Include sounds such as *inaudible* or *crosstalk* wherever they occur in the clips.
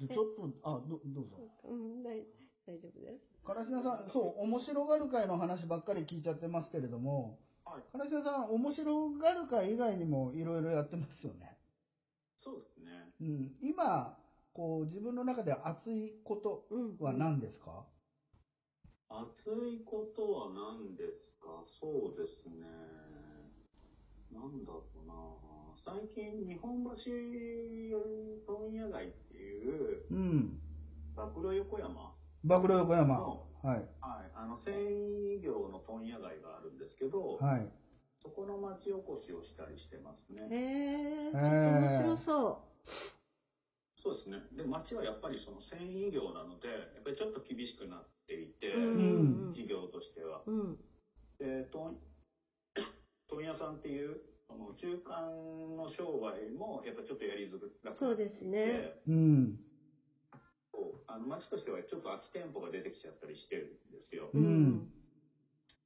でちょっと、あ、どどうぞ。うん、大大丈夫です。からしなさん、そう、面白がる会の話ばっかり聞いちゃってますけれども、はい。からしなさん、面白がる会以外にもいろいろやってますよね。そうですね。うん。今、こう、自分の中で熱いことうん。は何ですか、熱いことは何ですかそうですね。なんだろうな最近、日本橋問屋街っていう、うん。暴露横山暴露横山。はの、い。はい、あの、繊維業の問屋街があるんですけど、はい。そこの町おこしをしたりしてますへね。えー、ちょっとえー面白そそうですね。で、町はやっぱりその繊維業なので、やっぱりちょっと厳しくなっていて、う。うん。事業としては。うん。で、問問屋さんっていう、その中間の商売もやっぱちょっとやりづらくそなうってですね。うん。そうあの町としてはちょっと空き店舗が出てきちゃったりしてるんですよ。うん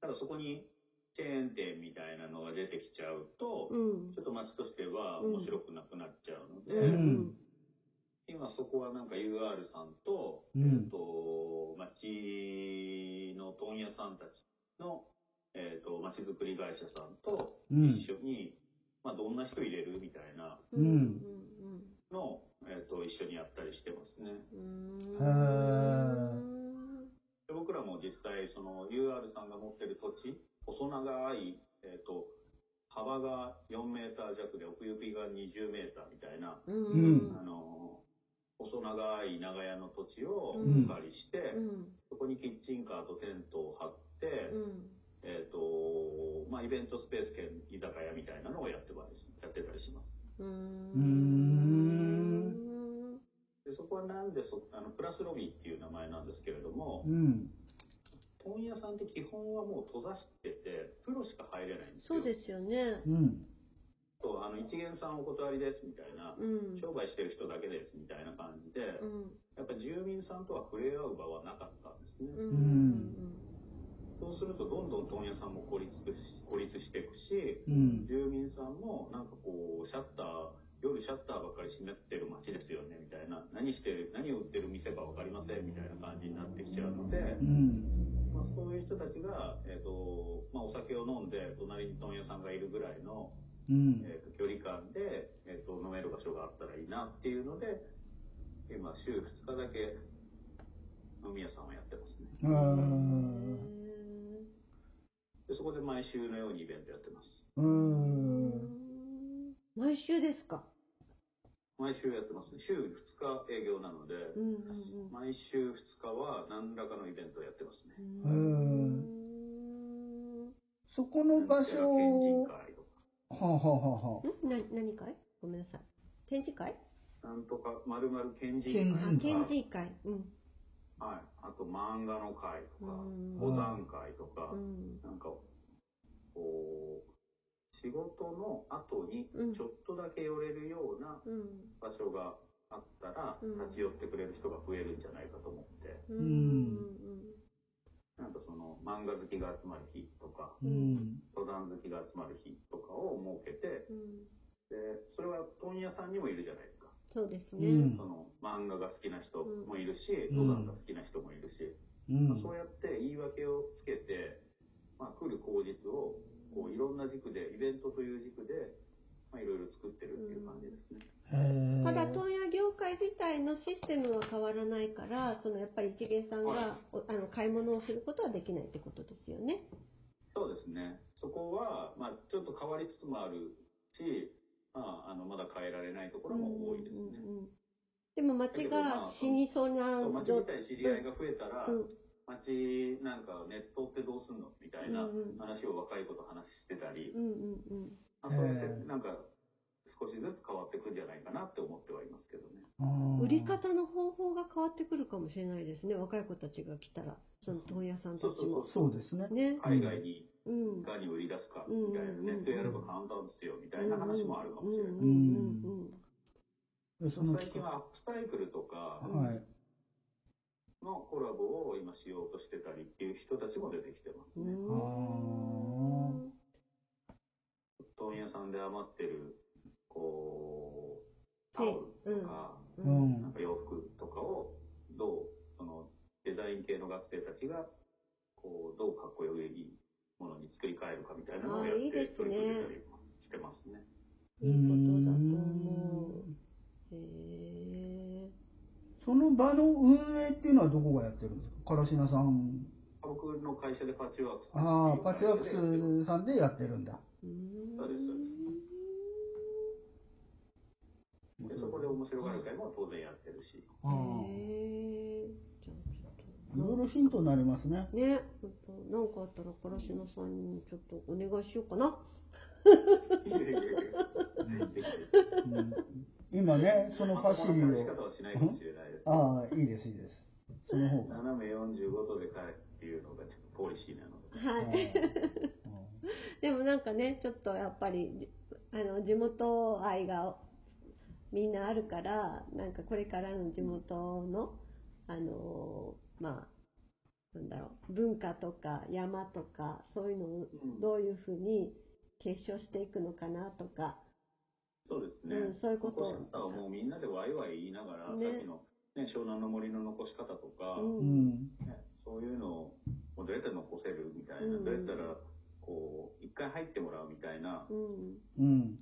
ただそこにチェーン店みたいなのが出てきちゃうと、うん。ちょっと町としては面白くなくなっちゃうので、うんうん。今そこはなんか UR さんと、うんえっと、町の問屋さんたちの、えっと、町づくり会社さんとうん。一緒に、まあ、どんな人入れるみたいなうん。うん。のを、えっと、一緒にやったりしてますね。うん。へで僕らも実際、その UR さんが持ってる土地、細長い、えっと、幅が4メーター弱で奥行きが20メーターみたいな、ううんんあ。の、細長い長屋の土地をうんお借りして、うん。そこにキッチンカーとテントを張って、うん。えっ、と、まあ、イベントスペース兼居酒屋みたいなのをやってたりしやってたりします。うーんん。で、そこはなんでそ、あの、プラスロビーっていう名前なんですけれどもう、ん。問屋さんって基本はもう閉ざしてて、プロしか入れないんですよ。そうですよね。うん。と、あの、一元さんお断りですみたいな、うん。商売してる人だけですみたいな感じで、うん。やっぱ住民さんとは触れ合う場はなかったんですね。うん。そうすると、どんどん問屋さんも孤立し、孤立していくし、うん。住民さんもなんかこうシャッター夜シャッターばっかり閉めてる街ですよねみたいな何してる何を売ってる店か分かりませんみたいな感じになってきちゃうので、うん。まあ、そういう人たちが、えーとまあ、お酒を飲んで隣に問屋さんがいるぐらいの、うん。えーと距離感で、えー、と飲める場所があったらいいなっていうので今週2日だけ飲み屋さんをやってますねあーでそこで毎週のようにイベントやってますううんん。毎週ですか。毎週やってますね週2日営業なので、うんうん毎週2日は何らかのイベントをやってますね。うん。んそこの場所県を、人は会とか、あ、はあはあはあ、んな何会ごめんなさい。展示会なんとか、まるまる県人県あ人展会、示会。うん。はい。あと漫画の会とか、うん登山会とかう、ん。なんか、こう、仕事の後にうんちょっとだけ寄れるようなうん。場所があったら、うん立ち寄ってくれる人が増えるんじゃないかと思って、うん。なんかその漫画好きが集まる日とか、うん。登山好きが集まる日とかを設けて、うん。で、それは問屋さんにもいるじゃないですか。そうですうね。んそ。の漫画が好きな人もいるし、うん登山が好きな人もいるし、うまあんそうやって言い訳をつけて、まあ、来る口実をこういろんな軸でイベントという軸で、まあ、いろいろ作ってるっていう感じですね。へーただ問屋業界自体のシステムは変わらないから、そのやっぱり一元さんがおあの買い物をすることはできないってことですよね。そうですねそこは、まあ、ちょっと変わりつつもあるし、まあ、あのまだ変えられないところも多いですねう。んうんうんでも町が死にそうなそう街状みたいに知り合いが増えたら、うん街なんかネットってどうすんのみたいなうんうん話を若い子と話してたり、うんうんまあ、そうやってえーなんか少しずつ変わっていくんじゃないかなって思ってはいますけどね。うん、売り方の方法が変わってくるかもしれないですね若い子たちが来たらその問屋さんたちもそうですね。ね海外にうんいかに売り出すかうんみたいな、ネットやれば簡単ですよみたいな話もあるかもしれうんうない。んうんでその最近はアップサイクルとかはい。のコラボを今しようとしてたりっていう人たちも出てきてますうね。んあ問屋さんで余ってる、こタオルとか、ううんんなんか洋服とかを、どう、その、デザイン系の学生たちが、こう、どうかっこよいものに作り変えるかみたいなのをやっあーいいでてすね取り組んでたりしてますね。いいことだと思う。へえ。その場の運営っていうのはどこがやってるんですかからしなさん僕の会社でパッチワークスっていうああパッチワー会社でやってるんですけどクスさんでやうんってるんだそうですそうででそこで面白がる会も当然やってるし。ああへえ。じゃあいちょろっいろヒントになりますねと。ね、ちょっとなんかあったらからしのさんにちょっとお願いしようかな。いやいやいやうん今ね *laughs* そのファシリまあこの話し方をはしないかもしれないです。ああいいですいいですその方が斜め45度で帰るっていうのがちょっとポリシーなので。ああはい。でもなんかね、ちょっとやっぱり、じあの、地元愛がみんなあるから、なんかこれからの地元の、あの、まあ、なんだろう、文化とか山とか、そういうのをうんどういうふうに継承していくのかなとか、そうですね。うんそういうこと残し方はもうみんなでワイワイ言いながら、ねさっきの、ね、湘南の森の残し方とか、うんうんね、そういうのをもうどうやって残せるみたいな、うんどうやったらこう一回入ってもらうみたいなうん、うん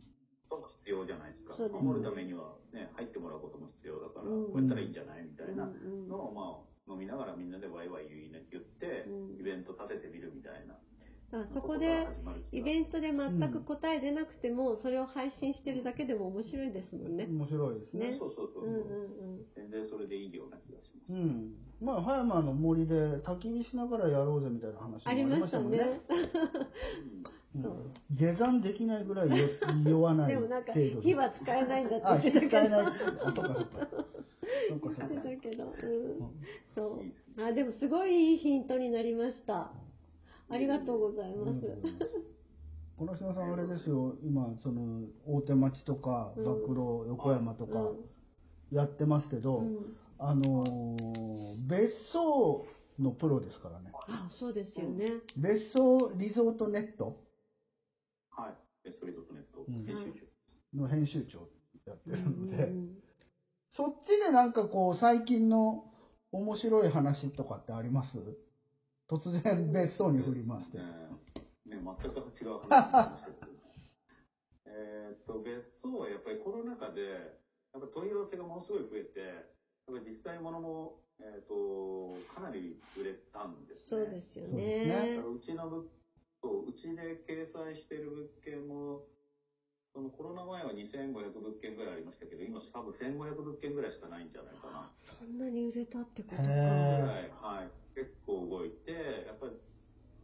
ことも必要じゃないですかそうですね守るためには、ね、入ってもらうことも必要だから、うんこうやったらいいんじゃないみたいうなんのを、まあ、飲みながらみんなでワイワイ言い、ね、言って、うんイベント立ててみるみたいなだからそこで、イベンントで全く答え出なくても、それを配信してるだけでも面白いですもんね。面白いですねねそうそうそうう、んうんうん。全然それでいいような気がします、うんまあ葉山の森で焚き火しながらやろうぜみたいな話もあありりままししたたもんねね。うんそう下山できないぐらいよ酔わないで程もなんか度火は使えないんだあっ火て使言えってたけどないあそうかそうかそうかそうか言ってたけど、うんうんそうあでもすごいいいヒントになりましたありがとうございありますがとうございますこの島さんあれですよ今その大手町とかうん学路横山とかうやってますけど、んうんあのー別荘のプロですからねあそうですよね別荘リゾートネットはいベストリートネットうん編集の編集長やっうてんうるので、んそっちでなんかこう最近の面白い話とかってあります突然別荘に振りまして、ね、ね全く違う話になりまし *laughs* たけどえーっと、別荘はやっぱりコロナ禍で、やっぱ問い合わせがものすごい増えて、やっぱり実際ものも、えーっと、かなり売れたんですそうね。ですよそうねですねだからうちの物そう、うちで掲載してる物件も、そのコロナ前は2500物件ぐらいありましたけど、今多分1500物件ぐらいしかないんじゃないかな。そんなに売れたってことかへぐーらい、はい、結構動いて、やっぱり、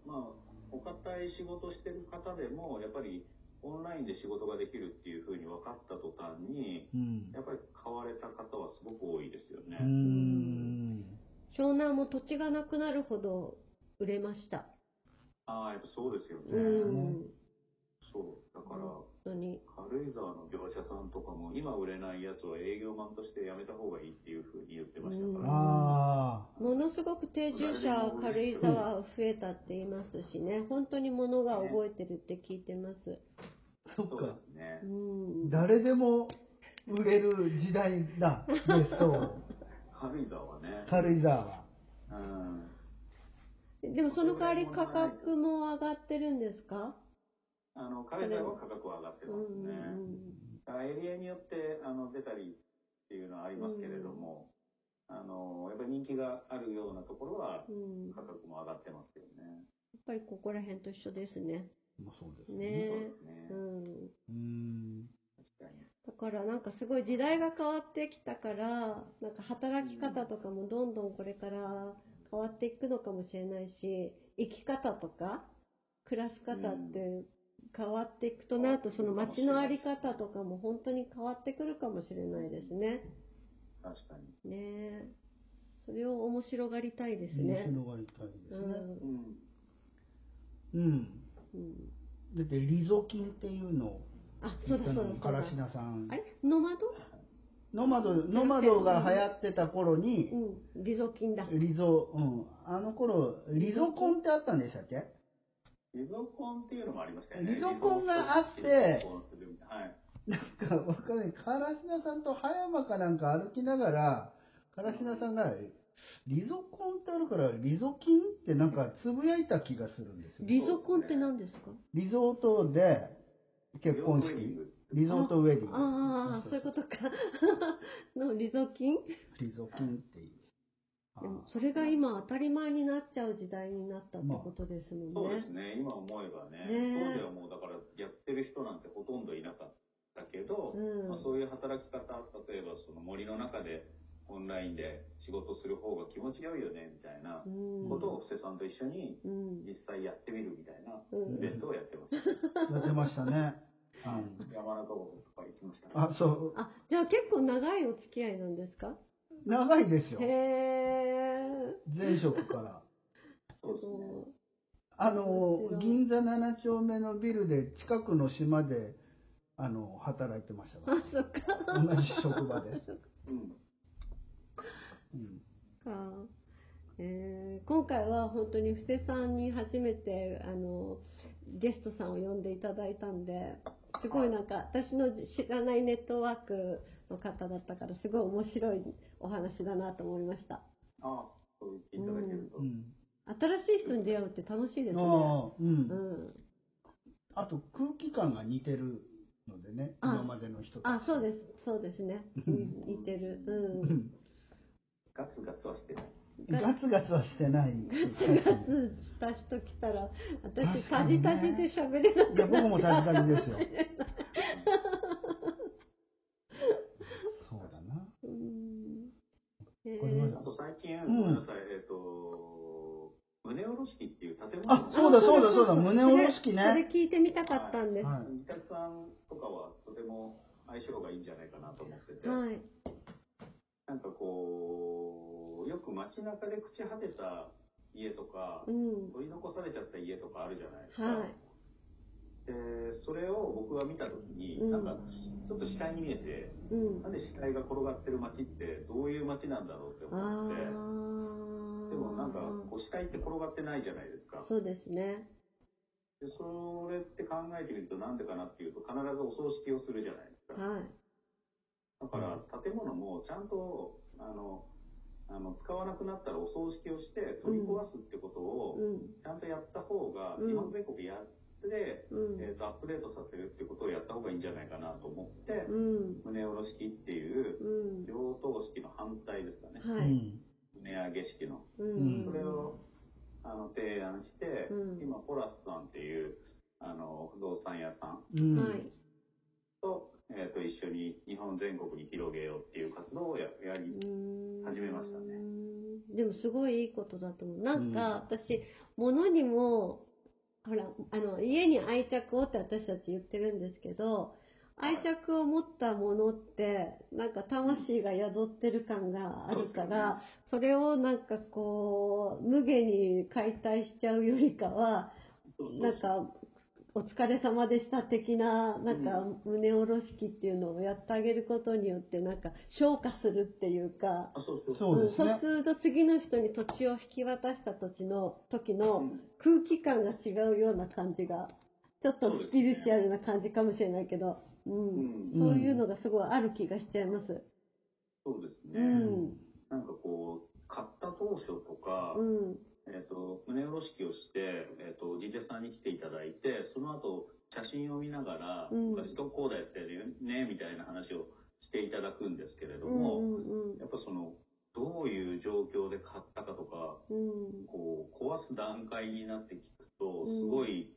まあ、お堅い仕事してる方でも、やっぱりオンラインで仕事ができるっていうふうに分かった途端に、うんやっぱり買われた方はすごく多いですよね。うーん湘南も土地がなくなるほど売れましたああ、やっぱそうですよね。うんそう。だから、本当に軽井沢の業者さんとかも、今売れないやつは営業マンとしてやめた方がいいっていうふうに言ってましたから。あものすごく定住者軽井沢増えたって言いますしね本当に物が覚えてるって聞いてますあそっそうかですねう。ん誰でも売れる時代だ別荘軽井沢はね。軽井沢はうん。でもその代わり価格も上がってるんですか？あの、軽井沢は価格は上がってうますね。んあエリアによってあの出たりっていうのはありますけれども、あのやっぱり人気があるようなところはうんうん。うん。や価格も上がってますよね。っぱりここら辺と一緒ですね。まあそうですねそうですね。うん。うーん確かに。だからなんかすごい時代が変わってきたから、なんか働き方とかもどんどんこれから変わっていくのかもしれないし、生き方とか暮らし方って変わっていくとなると、その街のあり方とかも本当に変わってくるかもしれないですね。確かに。ねえ。それを面白がりたいです面ね。白がりたいでうすん。ねうん。うんうんだってリゾ金っていうのをあ、そ言うっだたそうだのそうだ。からしなさんあれノマドノマドノマドが流行ってた頃にうん。リゾ金だ。リゾうんあの頃リゾコンってあったんでしたっけリゾコンっていうのもありましたよね。リゾコンがあってリゾコンするみたいなはい。なんか、わかんない。カラシナさんと葉山かなんか歩きながら、カラシナさんが、リゾコンってあるから、リゾ金ってなんかつぶやいた気がするんですよ。リゾコンって何ですかリゾートで結婚ウェディン式。グリゾートウェディング。ああ、そういうことか。 *laughs* のリゾキンリゾ金っていう。あでもそれが今当たり前になっちゃう時代になったってことですもんそうでねす。ね、今思えばね、ねえ当時はもうだからやってる人なんてほとんどいなかったけど、うんまあ、そういう働き方、例えばその森の中でオンラインで仕事する方が気持ちよいよねみたいなうんことを布施さんと一緒にうん実際やってみるみたいなうんイベントをやってました。やってましたね。はうい、山中湖とか行きましたね。あ、そう。あ、じゃあ結構長いお付き合いなんですか長いですよへ。え。前職から。そうですね。あの面白、い銀座7丁目のビルで近くの島で、あの、働いてましたか。あ、そっから同じ職場です。 *laughs* うん。うんか。えー、今回は本当に布施さんに初めてあのゲストさんを呼んでいただいたんですごいなんか私の知らないネットワークの方だったからすごい面白いお話だなと思いましたああ、そう言っていただけると。うん。新しい人に出会うって楽しいですねああ、う。うんん、あと空気感が似てるのでね、あ今までの人とあそうですそうですねうん似てるう *laughs* うんんガツガツはしてない。ガツガツはしてない。ガツガツした人来たら私確かタにジねタジで喋れないいや、僕もタジタジですよ。そうだな。うんえわかりましーたあと最近、んごめんなさい、えっ、と、胸おろし器っていう建物あ、のそうだそうだそうだ、胸おろし器それね。聞いてみたかったんです。はは三宅さんとかはとても相性がいいんじゃないかなと思ってて、い。なんかこう、よく街中で朽ち果てた家とかう、ん。取り残されちゃった家とかあるじゃないですか。はい。で、それを僕が見たときに、うんなんかちょっと死体に見えて、うんなん。で死体が転がってる街ってどういう街なんだろうって思あって、あ。でもなんかこう死体って転がってないじゃないですか。そうですね。でそれって考えてみるとなんでかなっていうと必ずお葬式をするじゃないですか。はだから建物もちゃんとあのあの使わなくなったらお葬式をして取り壊すってことい。をうん。ちゃんとやった方がうん日本全国やって、うん。えー、とアップデートさせるってことをやった方がいいんじゃないかなと思って、うん。胸下ろ式っていううん。両党式の反対ですかね、い。はうい。ん。胸上げ式の。ううんそれをあの提案して、うん今ポラスさんっていうあの不動産屋さんうはん。い。と,、えー、と一緒に日本全国に広げようっていう活動をややりうん始めましたね。でもすごいいいことだと思う。なんか私、物にも、ほら、あの、家に愛着をって私たち言ってるんですけど、はい愛着を持ったものって、なんか魂が宿ってる感があるから、それをなんかこう、無限に解体しちゃうよりかは、そうそうなんか、お疲れ様でした的な、なんか、胸おろし器っていうのをやってあげることによって、なんか、消化するっていうか、あそうそうそうですうんねそ。うすると次の人に土地を引き渡した土地の時うのん空気感が違うような感じが、ちょっとスピリチュアルな感じかもしれないけど、うん、うんそういうのがすごいある気がしちゃいます。そうですうね、ん、なんかこう買った当初とか、うん、えー、と胸下ろし器をして、えー、と DJ さんに来ていただいてその後写真を見ながら、うん昔どうこうだったよねみたいな話をしていただくんですけれどうも、ん、うん、やっぱそのどういう状況で買ったかとかうん、こう壊す段階になって聞くとうんすごい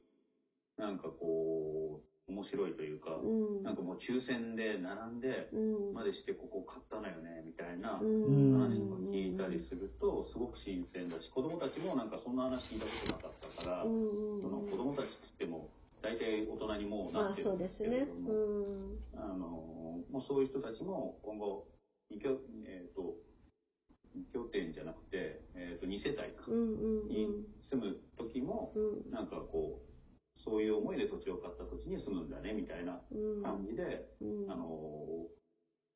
なんかこう面白いというか、うん、なんかもう抽選で並んでうん、までしてここ買ったのよねみたいなうん話も聞いたりするとすごく新鮮だし子供たちもなんかそんな話聞いたことなかったから、うん、その子供たちって言っても大体大人にもうまなっあてそるうんでですすけれねど。うも。ん、あのもうそういう人たちも今後2拠,、えー、と2拠点じゃなくて、えー、と2世帯かうん、うん、に住む時もうん、なんかこうそういう思いで土地を買った土地に住むんだねみたいなうん、感じで、うんあ、の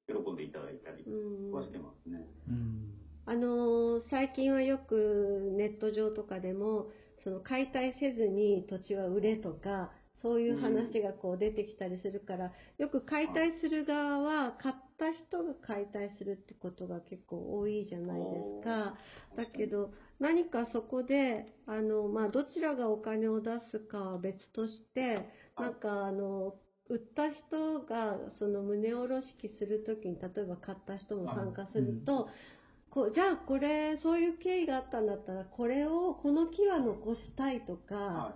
喜んでいただいたりうんはしてますね。うん。あのー最近はよくネット上とかでもその解体せずに土地は売れとかそういう話がこう出てきたりするから、よく解体する側は、買った人が解体するってことが結構多いじゃないですか。だけど、何かそこで、あの、まあ、どちらがお金を出すかは別として、はいなんかあの、売った人がその胸おろし器するときに、例えば買った人も参加すると、こうじゃあこれ、そういう経緯があったんだったら、これを、この木は残したいとか、は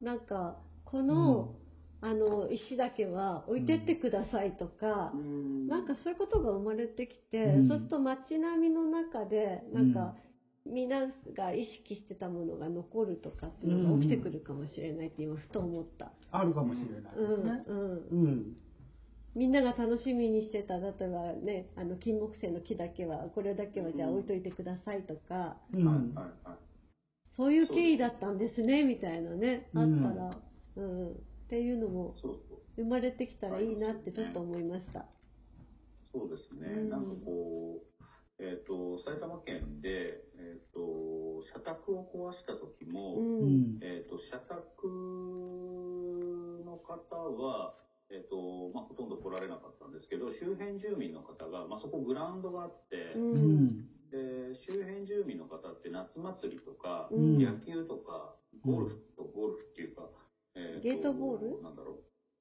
なんか、こうんの、あの、石だけは置いてってくださいとかい。、うんなんかそういうことが生まれてきて、うんそうすると街並みの中で、なんか、みんなが意識してたものが残るとかっていうのが起きてくるかもしれないって今ふと思った。あるかもしれないでうん、すね。うん。うん。みんなが楽しみにしてた、例えばね、あの、金木犀の木だけは、これだけはじゃあ置いといてくださいとか、うはいん。はいはい。そういう経緯だったんですね、みたいなね、あったら、うん、っていうのもそうそう。生まれてきたらいいなってちょっと思いました。そうですうね、んなんかこう、えっと埼玉県で、えっと社宅を壊した時も、ううん。ん。えっと社宅の方は、えっとまあ、ほとんど来られなかったんですけど周辺住民の方が、まあ、そこグラウンドがあっうて、うん。ん。で周辺住民の方って夏祭りとか、うんうん野球とかゴルフとゴルフっていうか、えっとゲートボールなんだろう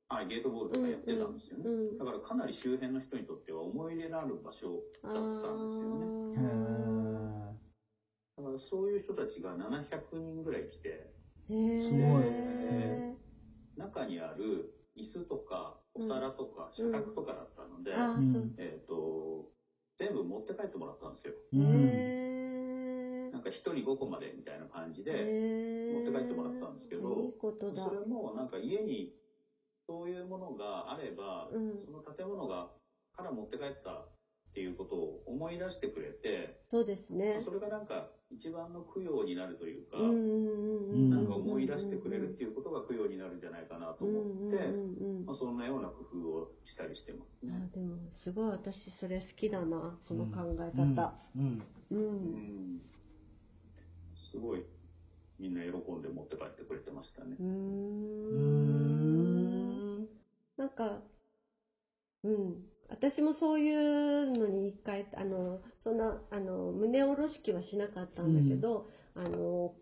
あゲートボールとかやってたんですよね、うんうんだからかなり周辺の人にとっては思い入れのある場所あだったんですよねへーだからそういう人たちが700人ぐらい来てーへーすごい中にある椅子とかお皿とかうん社宅とかだったので、あうーんそうえっ、と全部持って帰ってもらったんですようん。へーなんか1人5個までみたいな感じで、へー持って帰ってもらったんですけどいいことだそれもなんか家にそういうものがあれば、うんその建物がから持って帰ったっていうことを思い出してくれて、そうですねそれがなんか一番の供養になるというか、うんうんうんうんなんか思い出してくれるっていうことが供養になるんじゃないかなと思っうんうんうて、んうんまあ、そんなような工夫をしたりしてますね。あでもすごい私それ好きだなその考え方うん。うん、うんすごいみんな喜んで持って帰ってくれてましたねう。ーうんん。なんか、うん、私もそういうのに一回、あの、そんな、あの、胸おろし器はしなかったんだけど、あの、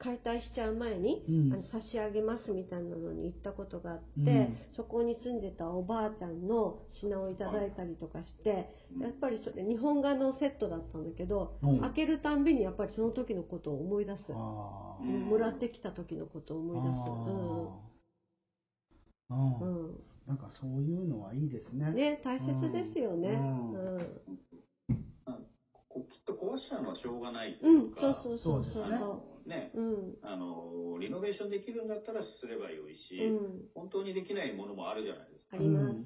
解体しちゃう前に、うんあの差し上げますみたいなのに行ったことがあって、うんそこに住んでたおばあちゃんの品をいただいたりとかして、うんやっぱりそれ日本画のセットだったんだけど、うん開けるたんびにやっぱりその時のことを思い出す、あうーうんもらってきた時のことを思い出す、うあーうんんうん、なんかそういうのはいいですね。ね、大切ですよね。ううんん。こうきっと壊しちゃうのはしょうがないとういんう、か、そうそうそうそそううあですそのね、う。うん。あのリノベーションできるんだったらすればよいし、うん。本当にできないものもあるじゃないですあか。ります。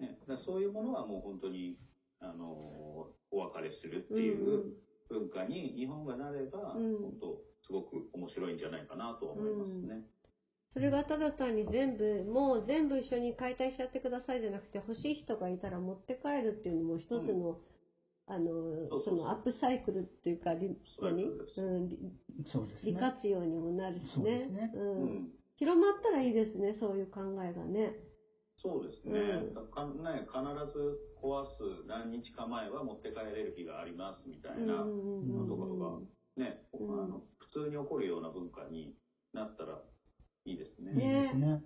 ね、だからそういうものはもう本当にあのお別れするってうんいうう文化に日本がなれば、うん本当すごく面白いんじゃないかなとは思いますね。それがただ単に全部、もう全部一緒に解体しちゃってくださいじゃなくて、欲しい人がいたら持って帰るっていうのも一つの、あその、うそそうのアップサイクルっていうか、りそう何いうことですうん、りそうですね。利活用にもなるしそうでねすね。う。うんん広まったらいいですね、そういう考えがね。そうですね,、うんだからね必ず壊す何日か前は持って帰れる日がありますみたういんうな、んうんところうがん。ね、うんあの普通に起こるような文化になったらいいですね。いいですね。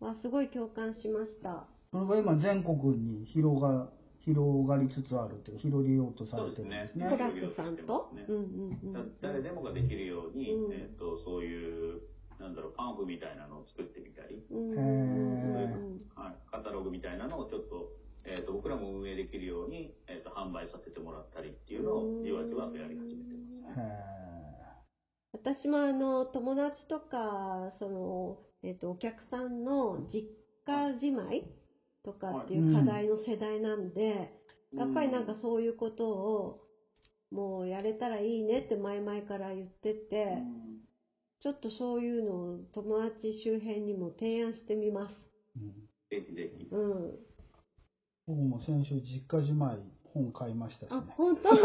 わ、すごい共感しました。それが今全国に広が広がりつつあるっていうか広げようとされてるんですね。そうプですねラスさんと、ねうんうんうだん。誰でもができるように、うんえっとそういうなんだろうパンフみたいなのを作ってみたり、うんへうんーはい、カタログみたいなのをちょっと,、えっと僕らも運営できるように、えっと販売させてもらったりっていうのをじわじわとやり始めてますへね。私もあの友達とかその、えっとお客さんの実家じまいとかっていう課題の世代なんで、やっぱりなんかそういうことをもうやれたらいいねって前々から言ってて、うんちょっとそういうのを友達周辺にも提案してみます。ーうんぜひぜひ。うん。僕も先週実家じまい本買いましたしあね。、本当でも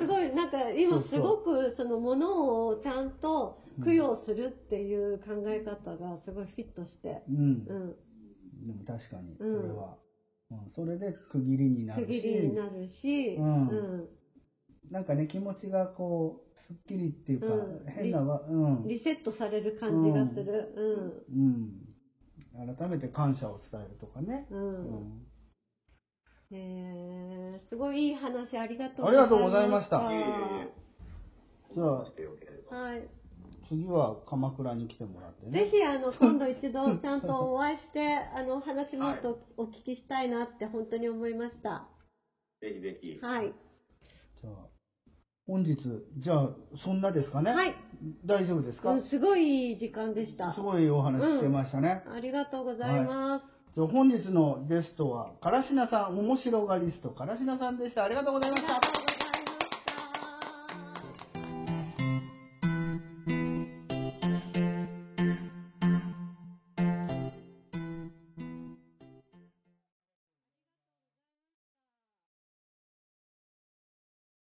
すごい、なんか今そうそうすごくそのものをちゃんと供養するっていう考え方がすごいフィットして、うん。うでん、も確かに、そうんれは。うん、それで区切りにな区る切りしに、なるし、ううんん、なんかね、気持ちがこう、すっきりっていうか、うん変なわ、うん。リセットされる感じがする。うん。改めて感謝を伝えるとかね。うん、ううん。ん。えーすごいいい話ありがとうあいえいえいえ。じゃあお話してよければはい。次は鎌倉に来てもらってね。ぜひあの今度一度ちゃんとお会いして *laughs* あの話もっとお聞きしたいなって本当に思いました。ぜひぜひ。はい。じゃあ、本日、じゃあ、そんなですかね。はい。大丈夫ですか、うん、すごいいい時間でしたす。ごいお話聞けましたね。ありがとうございます。じゃあ本日のゲストは、からしなさん、面白がリスト、からしなさんでした。ありがとうございましたあり。がとうございます